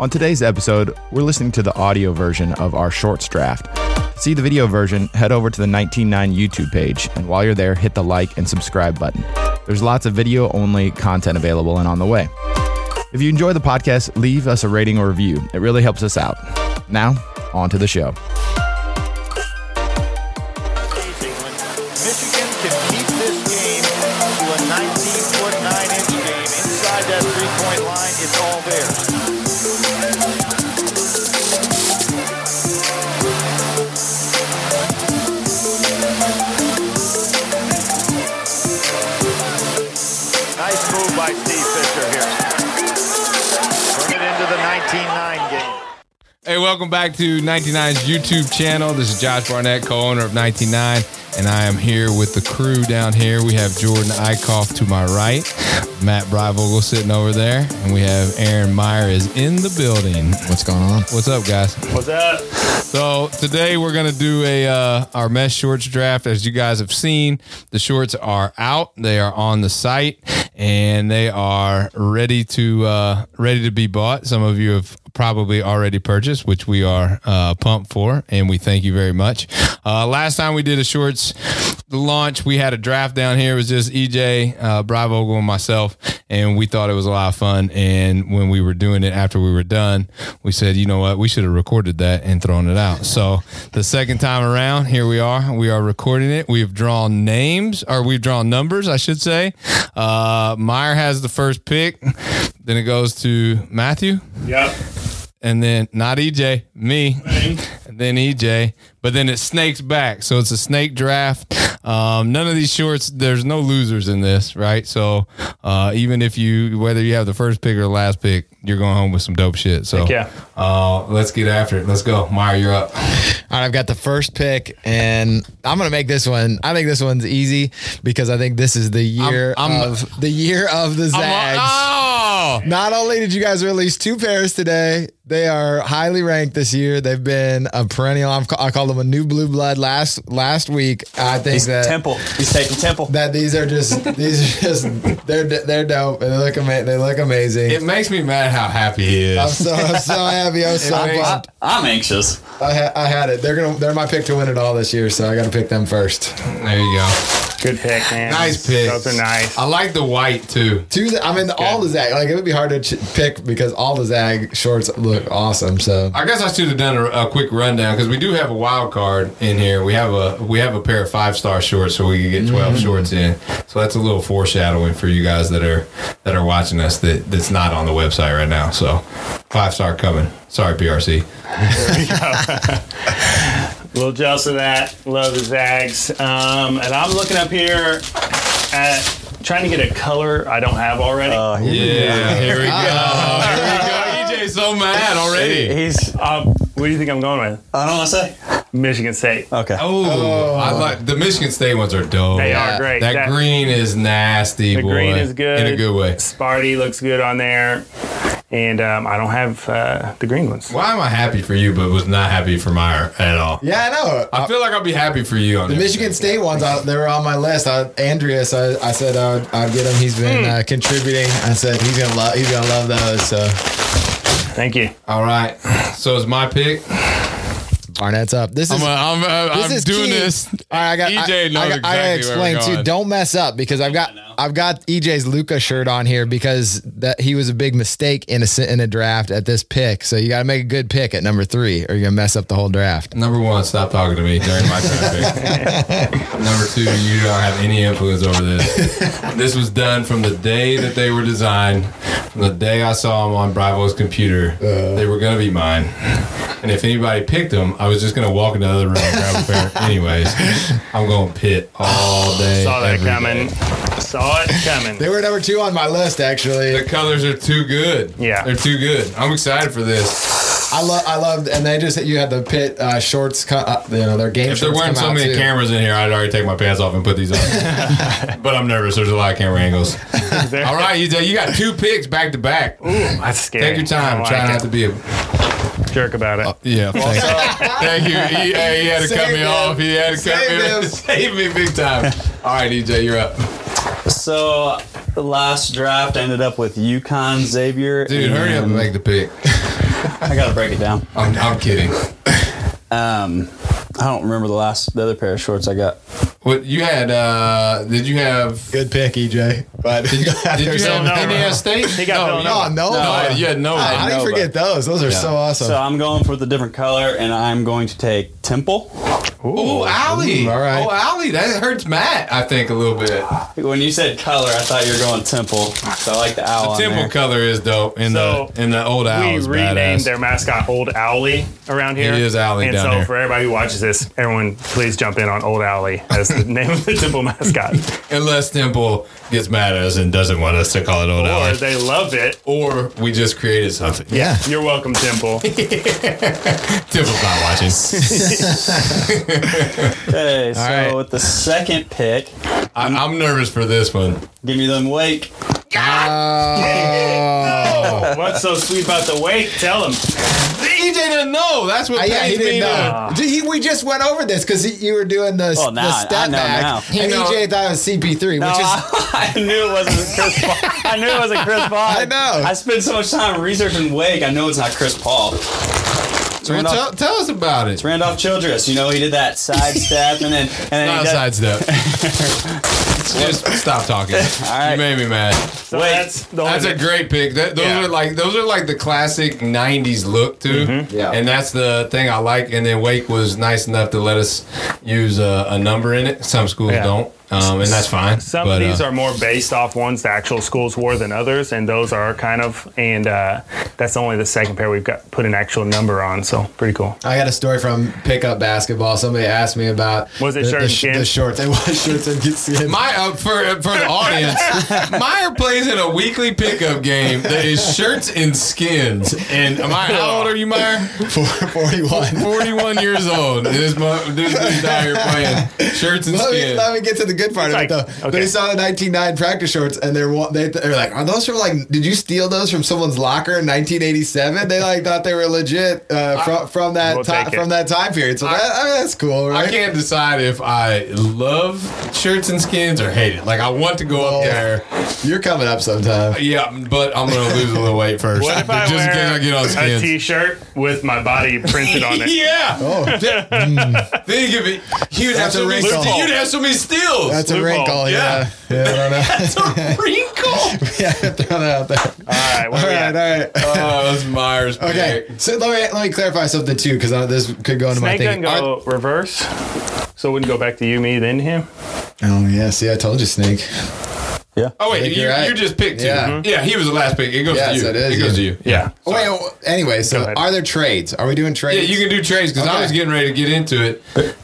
On today's episode, we're listening to the audio version of our shorts draft. To see the video version, head over to the 199 YouTube page, and while you're there, hit the like and subscribe button. There's lots of video only content available and on the way. If you enjoy the podcast, leave us a rating or review. It really helps us out. Now, on to the show. Michigan can keep this game to a 19 foot 9 inch game. Inside that three point line, it's all theirs. Nice move by Steve Fisher here. Turn it into the 19 9 game. Hey, welcome back to 99's YouTube channel. This is Josh Barnett, co-owner of 99, and I am here with the crew down here. We have Jordan Eichhoff to my right, Matt Breivogel sitting over there, and we have Aaron Meyer is in the building. What's going on? What's up, guys? What's up? So today we're gonna do a uh, our mesh shorts draft. As you guys have seen, the shorts are out. They are on the site and they are ready to uh, ready to be bought. Some of you have probably already purchased, which we are uh, pumped for, and we thank you very much. Uh, last time we did a shorts launch, we had a draft down here. It was just EJ, uh, Bravo, and myself, and we thought it was a lot of fun. And when we were doing it after we were done, we said, you know what, we should have recorded that and thrown it out. So the second time around, here we are. We are recording it. We've drawn names, or we've drawn numbers, I should say. Uh, Meyer has the first pick. Then it goes to Matthew, Yep. and then not EJ, me, and then EJ. But then it snakes back, so it's a snake draft. Um, none of these shorts, there's no losers in this, right? So uh, even if you, whether you have the first pick or the last pick, you're going home with some dope shit. So yeah. uh, let's get after it. Let's go, Meyer. You're up. All right, I've got the first pick, and I'm gonna make this one. I think this one's easy because I think this is the year I'm- I'm- of the year of the Zags. Oh, Not only did you guys release two pairs today, they are highly ranked this year. They've been a perennial. I'm, I called them a new blue blood last last week. I think that Temple. He's taking Temple. that these are just these are just they're they're dope and they look ama- they look amazing. it makes me mad how happy he I'm is. so I'm so happy. I'm so makes- pumped. I'm anxious. I, ha- I had it. They're gonna. They're my pick to win it all this year, so I got to pick them first. There you go. Good pick, man. Nice pick. Those are nice. I like the white too. Two. The, I mean, the, all the Zag. Like it would be hard to ch- pick because all the Zag shorts look awesome. So I guess I should have done a, a quick rundown because we do have a wild card in here. We have a we have a pair of five star shorts, so we could get 12 Mm-hmm. shorts in. So that's a little foreshadowing for you guys that are that are watching us that that's not on the website right now. So five star coming. Sorry, PRC. little jealous of that. Love the Zags. Um, and I'm looking up here at trying to get a color I don't have already. Yeah, here we go. Here we go. EJ's so mad already. He's. Um, what do you think I'm going with? I don't want to say. Michigan State. Okay. Oh, I like the Michigan State ones are dope. They are great. That, green is nasty. the boy. green is good. in a good way. Sparty looks good on there. And um, I don't have uh, the green ones. Why am I happy for you, but was not happy for Meyer at all? yeah, I know. I feel like I'll be happy for you on the that. Michigan State ones, I, they were on my list. I, Andreas, I, I said I would, I'd get him. He's been uh, contributing. I said he's gonna love. He's gonna love those. So Thank you. All right, so it's my pick. Barnett's up. This I'm, is. uh, I'm, uh, this I'm E is doing key. this. All right, I got. EJ I, knows I, got- I gotta exactly where explain we're too. going. Don't mess up because I've got I've got EJ's Luca shirt on here because that he was a big mistake in a s- in a draft at this pick. So you got to make a good pick at number three, or you're gonna mess up the whole draft. Number one, stop talking to me during my time. Number two, you don't have any influence over this. This was done from the day that they were designed, from the day I saw them on Bravo's computer. they were gonna be mine, and if anybody picked them, I was just gonna walk into the other room and grab a pair. Anyways, I'm going pit all day. Saw that every coming. day. Saw it coming. They were number two on my list The actually. colors are too good. Yeah. they're too good. I'm excited for this. I love I loved and they just you had the pit uh, shorts. Co- uh, you know their game. If there shorts weren't come so out, many too. cameras in here, I'd already take my pants off and put these on. but I'm nervous. There's a lot of camera angles. There- All right, you, you got two picks back to back. That's scary. Take your time. I don't Try like not Oh, to be a to jerk about it. yeah. Thank, thank you. He, hey, he had to cut Save me him. off. He had to cut Save me him. off. Save me big time. All right, EJ, you're up. So the last draft I ended up with Yukon Xavier. Dude, hurry up and and make the pick. I gotta break it down. I'm, I'm kidding. Um, I don't remember the last the other pair of shorts I got. What you had? uh Did you have? Good pick, E EJ. But Did you, did you have Villanova. Indiana State? He got no, Villanova. no, oh, no, no, you had no. I, I Nova. forget those. Those are so awesome. So I'm going for the different color, and I'm going to take Temple. Oh, Allie. Ooh, all right. Oh, Allie. That hurts Matt, I think, a little bit. When you said color, I thought you were going Temple. So I like the owl. on Temple there. color is dope. And So, the and the old owl we is renamed badass. their mascot Old Owly around here. It is Owly And down so here. for everybody who watches this, everyone please jump in on Old Owly as the name of the temple mascot. Unless Temple gets mad at us and doesn't want us to call it old or owl, they love it. or we just created something. yeah. You're welcome, Temple. Temple's not watching. Okay, so right. with the second pick, I, I'm nervous for this one. give me them wake. Ah. What's so sweet about the wake? Tell him. EJ didn't know. That's what Uh, yeah, he pains me didn't know. to. Dude, he, we just went over this because you were doing the, Well, now the I- Oh, I step know back. now. And I know. EJ thought it was CP3, No, which is I, I knew it wasn't Chris Paul. I knew it wasn't Chris Paul. I know. I spent so much time researching Wake. I know it's not Chris Paul. It's Well, Randolph, tell, tell us about it. Randolph Childress. You know, he did that sidestep and then and then Not he a does- sidestep. just stop talking. right. You made me mad. So Wait, that's the That's a one. great pick. That, those Yeah. are like those are like the classic '90s look too. Mm-hmm. Yeah. and that's the thing I like. And then Wake was nice enough to let us use a, a number in it. Some schools Yeah. don't, um, and that's fine. Some But, of these uh, are more based off ones the actual schools wore than others, and those are kind of, and uh, that's only the second pair we've got put an actual number on, so pretty cool. I got a story from pickup basketball. Somebody asked me about Was it the, shirt the, and sh- skin? the shorts. It was shorts and skin. My uh, for for the audience, Meyer plays in a weekly pickup game that is shirts and skins. And Meyer, how old are you, Meyer? 441. Forty-one years old. And This mo- this dude's out here playing shirts and Let me, skins. let me get to the good part of It's it though. like- But he okay. saw the 1999 practice shorts, and they're wa- they, they're like, "Are those from like? Did you steal those from someone's locker in 1987?" They like thought they were legit uh, from from that We'll time take it. from that time period. So that, I mean, that's cool, right? I can't decide if I love shirts and skins or hate it. Like I want to go up there, You're coming up sometime. yeah, but I'm gonna lose a little weight first. What if I just in case wear I get on a skins. t-shirt with my body printed on it? yeah. Oh, Mm. Think of it. You'd have That's a so many. wrinkle. st- You'd have so many steals. that's a Loophole. wrinkle. Yeah, yeah, I That's a wrinkle. don't know. Throw that out there. All right, where All we right, all at? right. Oh, that's Myers. pick. Okay, so let me let me clarify something too, because this could go into my Snake doesn't thinking. Are- go reverse, so it wouldn't go back to you, me, then him. oh yeah, see, I told you, Snake. Oh I wait, think you, you're right. you just picked two. Mm-hmm. Yeah. Yeah. he was the last pick. It goes Yeah, to you. so it is it goes you. to you. Yeah. Wait, w- anyway, so ahead. are there trades? Are we doing Yeah, trades? you can do trades because I Okay. was getting ready to get into it.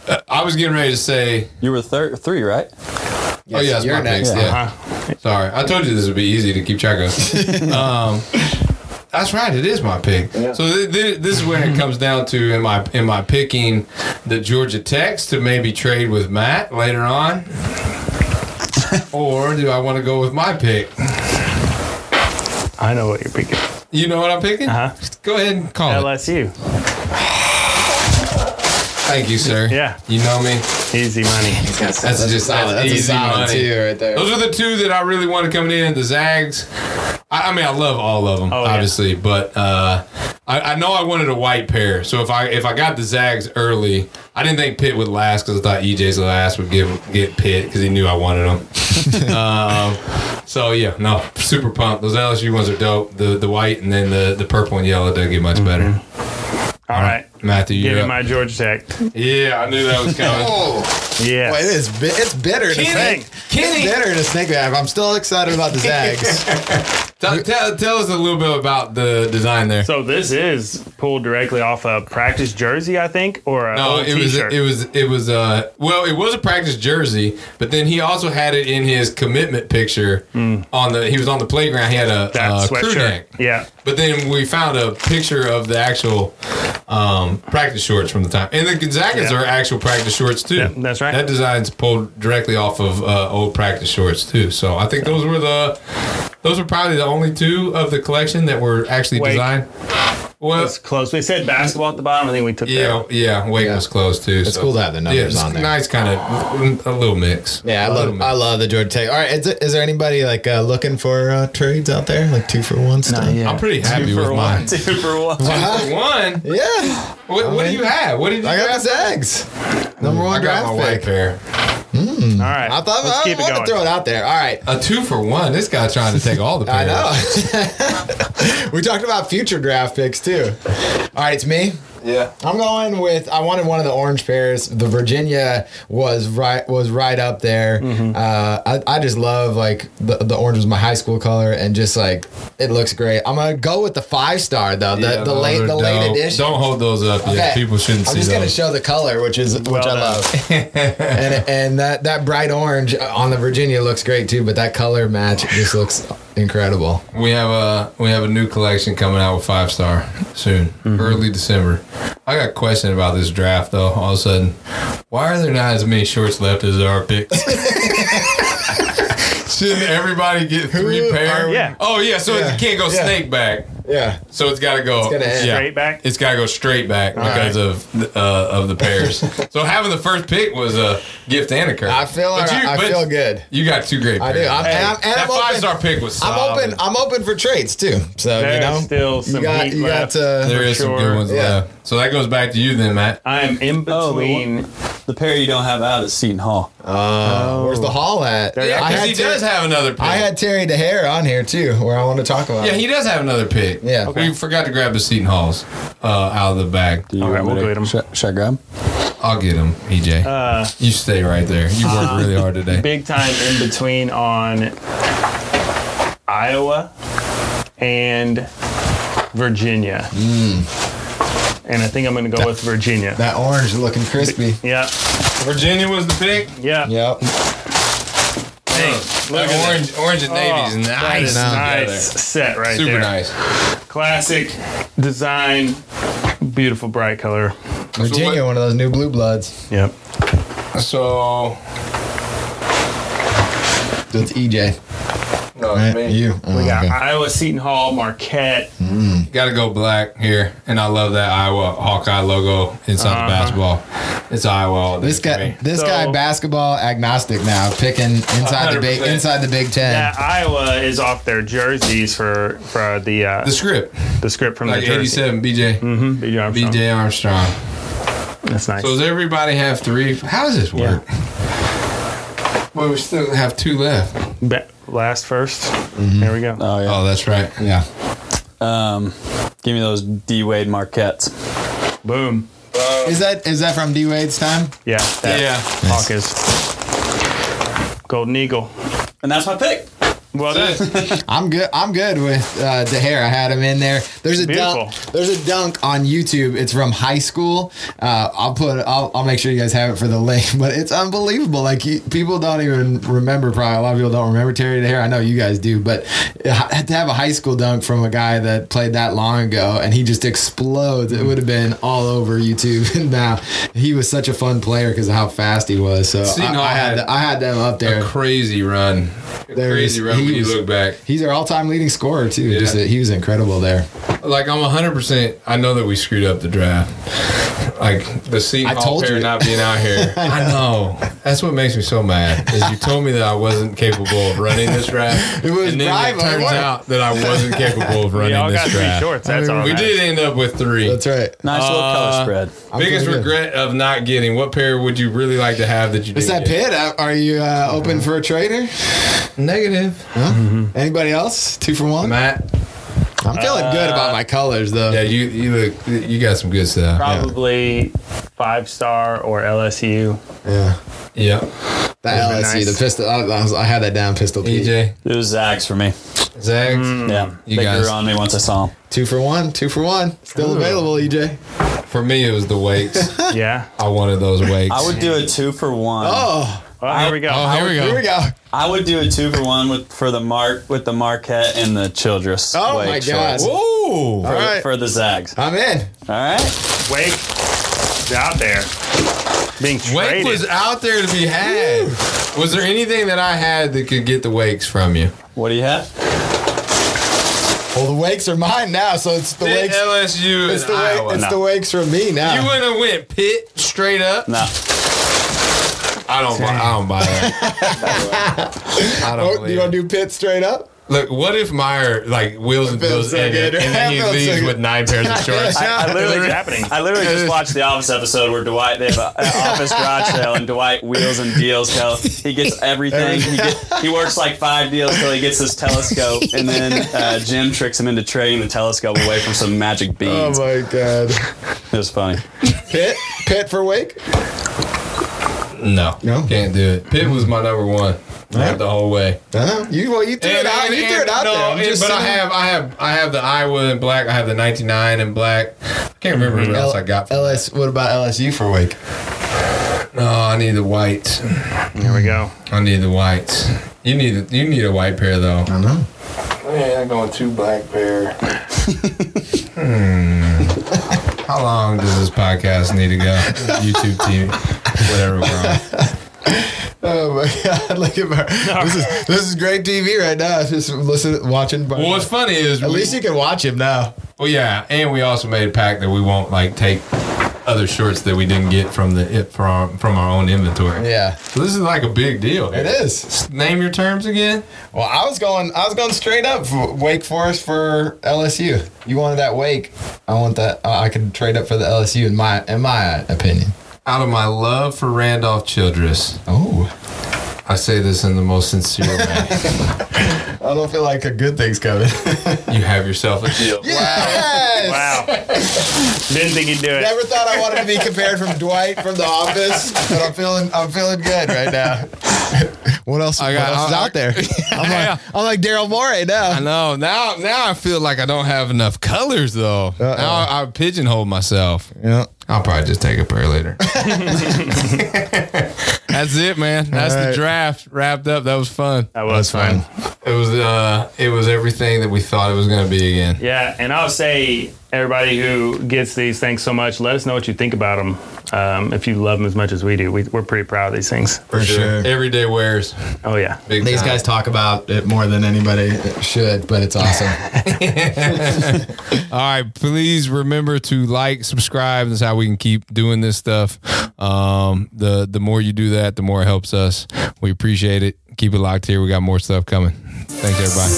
Uh, I was getting ready to say, You were third, three, right? oh yeah, it's you're my picks, next. Uh-huh. Yeah. Sorry, I told you this would be easy to keep track of. um, that's right, it is my pick. So th- th- this is where it comes down to am I am I picking the Georgia Techs to maybe trade with Matt later on, or do I want to go with my pick? I know what you're picking. You know what I'm picking? Uh-huh. Go ahead and call it. LSU. Thank you, sir. Yeah. You know me. Easy money. That's just that's, that's easy a solid money. two right there. Those are the two that I really wanted coming in. The Zags. I, I mean, I love all of them, Oh, yeah. obviously, but uh, I, I know I wanted a white pair. So if I if I got the Zags early, I didn't think Pitt would last because I thought EJ's last would give get Pitt because he knew I wanted them. um, so yeah, no, super pumped. Those LSU ones are dope. The the white and then the the purple and yellow don't get much better. All right. Matthew, Mm-hmm. Give you're me up. my Georgia Tech. yeah, I knew that was coming. Oh, Yeah. well, it is. bi- It's bitter. To Kenny, snake. Kenny. It's bitter to snake. Back. I'm still excited about the Zags. Tell, tell, tell us a little bit about the design there. So this is pulled directly off a practice jersey, I think, or a No, old Oh, it was t-shirt. it was it was uh well it was a practice jersey, but then he also had it in his commitment picture on the he was on the playground. He had a, Hmm. that uh crew sweatshirt. neck. Yeah. But then we found a picture of the actual um, practice shorts from the time, and the Gonzagas Yeah. are actual practice shorts too. Yeah, that's right. That design's pulled directly off of uh, old practice shorts too. So I think those were the those were probably the only two of the collection that were actually Wake. designed. Well, It's close. They said basketball at the bottom. I think we took that. yeah, out. yeah. Wake was close too. It's cool to have the numbers it's on there. Nice kind of a little mix. Yeah, I A little love mix. I love the Georgia Tech. All right, is, there- is there anybody like uh, looking for uh, trades out there, like two for one stuff? yeah. I'm pretty happy Two with for mine. one. Two for one. For one. Yeah, What, what do you have? What did you I got draft? the Zags. Number one I got my draft white pick. pair. All right. I thought Let's I keep it wanted going. to throw it out there. All right, A two for one. This guy trying to take all the I pairs. know. we talked about future draft picks too. All right, it's me. Yeah. I'm going with. I wanted one of the orange pairs. The Virginia was right was right up there. Mm-hmm. Uh, I, I just love like the, the orange was my high school color and just like it looks great. I'm gonna go with the five star though. The, Yeah, the those late are the late dope. edition. Don't hold those up. yet. Okay. people shouldn't I'm see just gonna those. show the color, which is which I done. love, and and that that bright orange on the Virginia looks great too. But that color match just looks incredible. we have a we have a new collection coming out with five star soon, Mm-hmm. early December. I got a question about this draft though. All of a sudden, why are there not as many shorts left as there are picks? Shouldn't everybody get three Who are pairs? we- Yeah. Oh yeah, so Yeah. it can't go Yeah. snake back. Yeah, So it's got to go gonna end. yeah. Straight back? It's got to go straight back because of uh, of the pairs. so having the first pick was a gift and a curse. I feel But alright. I but feel good. You got two great. I do. pairs. I'm, and I'm, and that I'm open- five star pick was. I'm solid. open. I'm open for trades too. So There's you know, still you some got heat you left. got. Uh, There is some good sure. ones Yeah. left. So that goes back to you then, Matt. I am in Oh, the between. The pair you don't have out is Seton Hall. uh, Where's the hall at? There you Yeah, go. I because had he Terry- does have another pick. I had Terry DeHare on here too, where I want to talk about. Yeah, it. he does have another pick. Yeah. Okay. We forgot to grab the Seton Halls uh, out of the bag. You All right, want me we'll get to- 'em. Should, should I grab 'em? I'll get him, EJ. you stay right there. You worked really hard today. Uh, big time in between on Iowa and Virginia. And I think I'm going to go with Virginia. that orange looking crispy. yeah. Virginia was the pick. Yeah. Yep. Hey, look at orange, orange and navy is Oh, that nice. is together. nice set right Super there. nice. Classic design, beautiful bright color. Virginia, what- one of those new blue bloods. Yep. So, That's EJ. no, it's Right? me. You. Oh, We got okay. Iowa, Seton Hall, Marquette. Got to go black here, and I love that Iowa Hawkeye logo inside Uh-huh. the basketball. It's Iowa. All day This for guy, me. this So- guy, basketball agnostic now, picking inside the big 100%. inside the Big Ten. Yeah, Iowa is off their jerseys for for the uh, the script, the script from like the jersey. Mm-hmm. eighty-seven, BJ, BJ Armstrong. BJ Armstrong. That's nice. So does everybody have three? How does this work? Well, we still have two left. Ba- last 1st There we go. Oh, yeah. Oh, that's right. Yeah. Oh. Um, give me those D Wade Marquettes. Boom. Uh, Is that is that from D Wade's time? Yeah. That Yeah. Hawk is. Golden Eagle. And that's my pick. Well done. I'm good. I'm good with uh, DeHare. I had him in there. There's a dunk. Beautiful. There's a dunk on YouTube. It's from high school. Uh, I'll put. I'll, I'll make sure you guys have it for the link. But it's unbelievable. Like you, people don't even remember. Probably a lot of people don't remember Terry DeHare. I know you guys do, but h- to have a high school dunk from a guy that played that long ago and he just explodes. It would have been all over YouTube. And now he was such a fun player because of how fast he was. So See, I, no, I I had. had- I had them up there. A crazy run. A There it is. crazy run when He you was- look back. He's our all-time leading scorer too. Just Yeah. that he was incredible there. Like I'm 100. percent I know that we screwed up the draft. Like the seat I Hall told pair you. not being out here. I know. That's what makes me so mad. Is you told me that I wasn't capable of running this draft. It was and then rival, it turns what? out that I wasn't capable of We running all this got three draft. shorts. That's all. We that- did end up with three. That's right. Nice Uh, little color spread. I'm Biggest feeling good. regret of not getting. What pair would you really like to have that you It's didn't that get? pit. Uh, Are you uh, open for a trader? Negative. Anybody else? Two for one. Matt. I'm feeling good about my colors though. Yeah, you you look you got some good stuff. Probably five star or LSU. Yeah. Yeah. That LSU, nice. the pistol. I, I, was, I had that down pistol. Pete. EJ. It was Zags for me. E Zags. Hmm. Yeah. You they guys- grew on me once I saw them. Two for one. Two for one. Still available, E EJ. For me, it was the weights. Yeah. I wanted those weights. I would do a two for one. Oh, Well, here we go. Oh, here we go. here we go. I would do a two for one with for the mark with the Marquette and the Childress. Oh Wake my shorts. God. Ooh. All For, right. for the Zags. All I'm in. right. Wake is out there being Wake traded. was out there to be had. Was there anything that I had that could get the wakes from you? What do you have? Well, the wakes are mine now, so it's the Pitt, wakes. LSU, It's and the, Iowa. wake, it's the wakes from me You now. Oh, would have went Pitt straight up. No. I don't. Buy, I don't buy that. I don't. Oh, believe you it. want to do pit straight up? Look, what if Meyer like wheels and Phil deals in it, Sagan. and then he Phil leaves Sagan. with nine pairs of shorts? I literally Literally. happening. I literally just watched the Office episode where Dwight they have a- an office garage sale and Dwight wheels and deals till he gets everything. He, get, he works like five deals till he gets this telescope, and then uh, Jim tricks him into trading the telescope away from some magic Oh beans. my god. it was funny. Pit? Pit for wake? No, No. can't do it. Pitt was my number one like, the whole way. Uh-huh. You well, you threw it out. you threw it out no, there. I'm and- just but I saying. have, I have, I have the Iowa in black. I have the ninety nine in black. I can't remember Mm-hmm. what else I got. No, LS. What about LSU for wake? I need the white. There we go. I need the white. You need, you need a white pair though. I know. Yeah, I'm going two black pair. hmm. How long does this podcast need to go? YouTube TV, whatever. We're on. Oh my god! Look at her. This is this is great TV right now. It's just listen, watching. Well, what's funny is At least you can watch him now. Well, yeah, and we also made a pact that we won't like take other shorts that we didn't get from the it from from our own inventory. Yeah, So this is like a big deal. it is. S- Name your terms again. Well, I was going. I was going straight up for Wake Forest for LSU. You wanted that Wake. I want that. I I could trade up for the LSU in my in my opinion. Out of my love for Randolph Childress, Oh, I say this in the most sincere way. I don't feel like a good thing's coming. you have yourself a deal. yes. Wow. Didn't think he'd do it. Never thought I wanted to be compared from Dwight from The Office, but I'm feeling I'm feeling good right now. what else? I got- what else is I- out there? I'm like I'm like Daryl Morey now. I know. Now, now I feel like I don't have enough colors though. Now I, I pigeonhole myself. Yeah. I'll probably just take a pair later. That's it, man. That's All the right. draft wrapped up. That was fun. That was fun. It was uh, it was everything that we thought it was going to be again. Yeah, and I'll say everybody who gets these, thanks so much. Let us know what you think about them. Um, if you love them as much as we do, we, we're pretty proud of these things. For sure. everyday wears. Oh yeah, Big These time. guys talk about it more than anybody should, but it's awesome. All right, please remember to like, subscribe. That's how we can keep doing this stuff. Um, the the more you do that, the more it helps us. We appreciate it. Keep it locked here. We got more stuff coming. Thanks, everybody.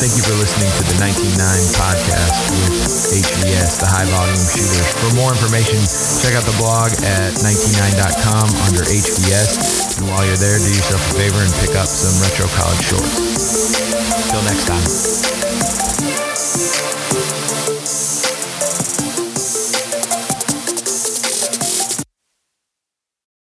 Thank you for listening to the 199 podcast with HVS, the high volume shooters. For more information, check out the blog at 199.com under HVS. And while you're there, do yourself a favor and pick up some retro college shorts. Till next time.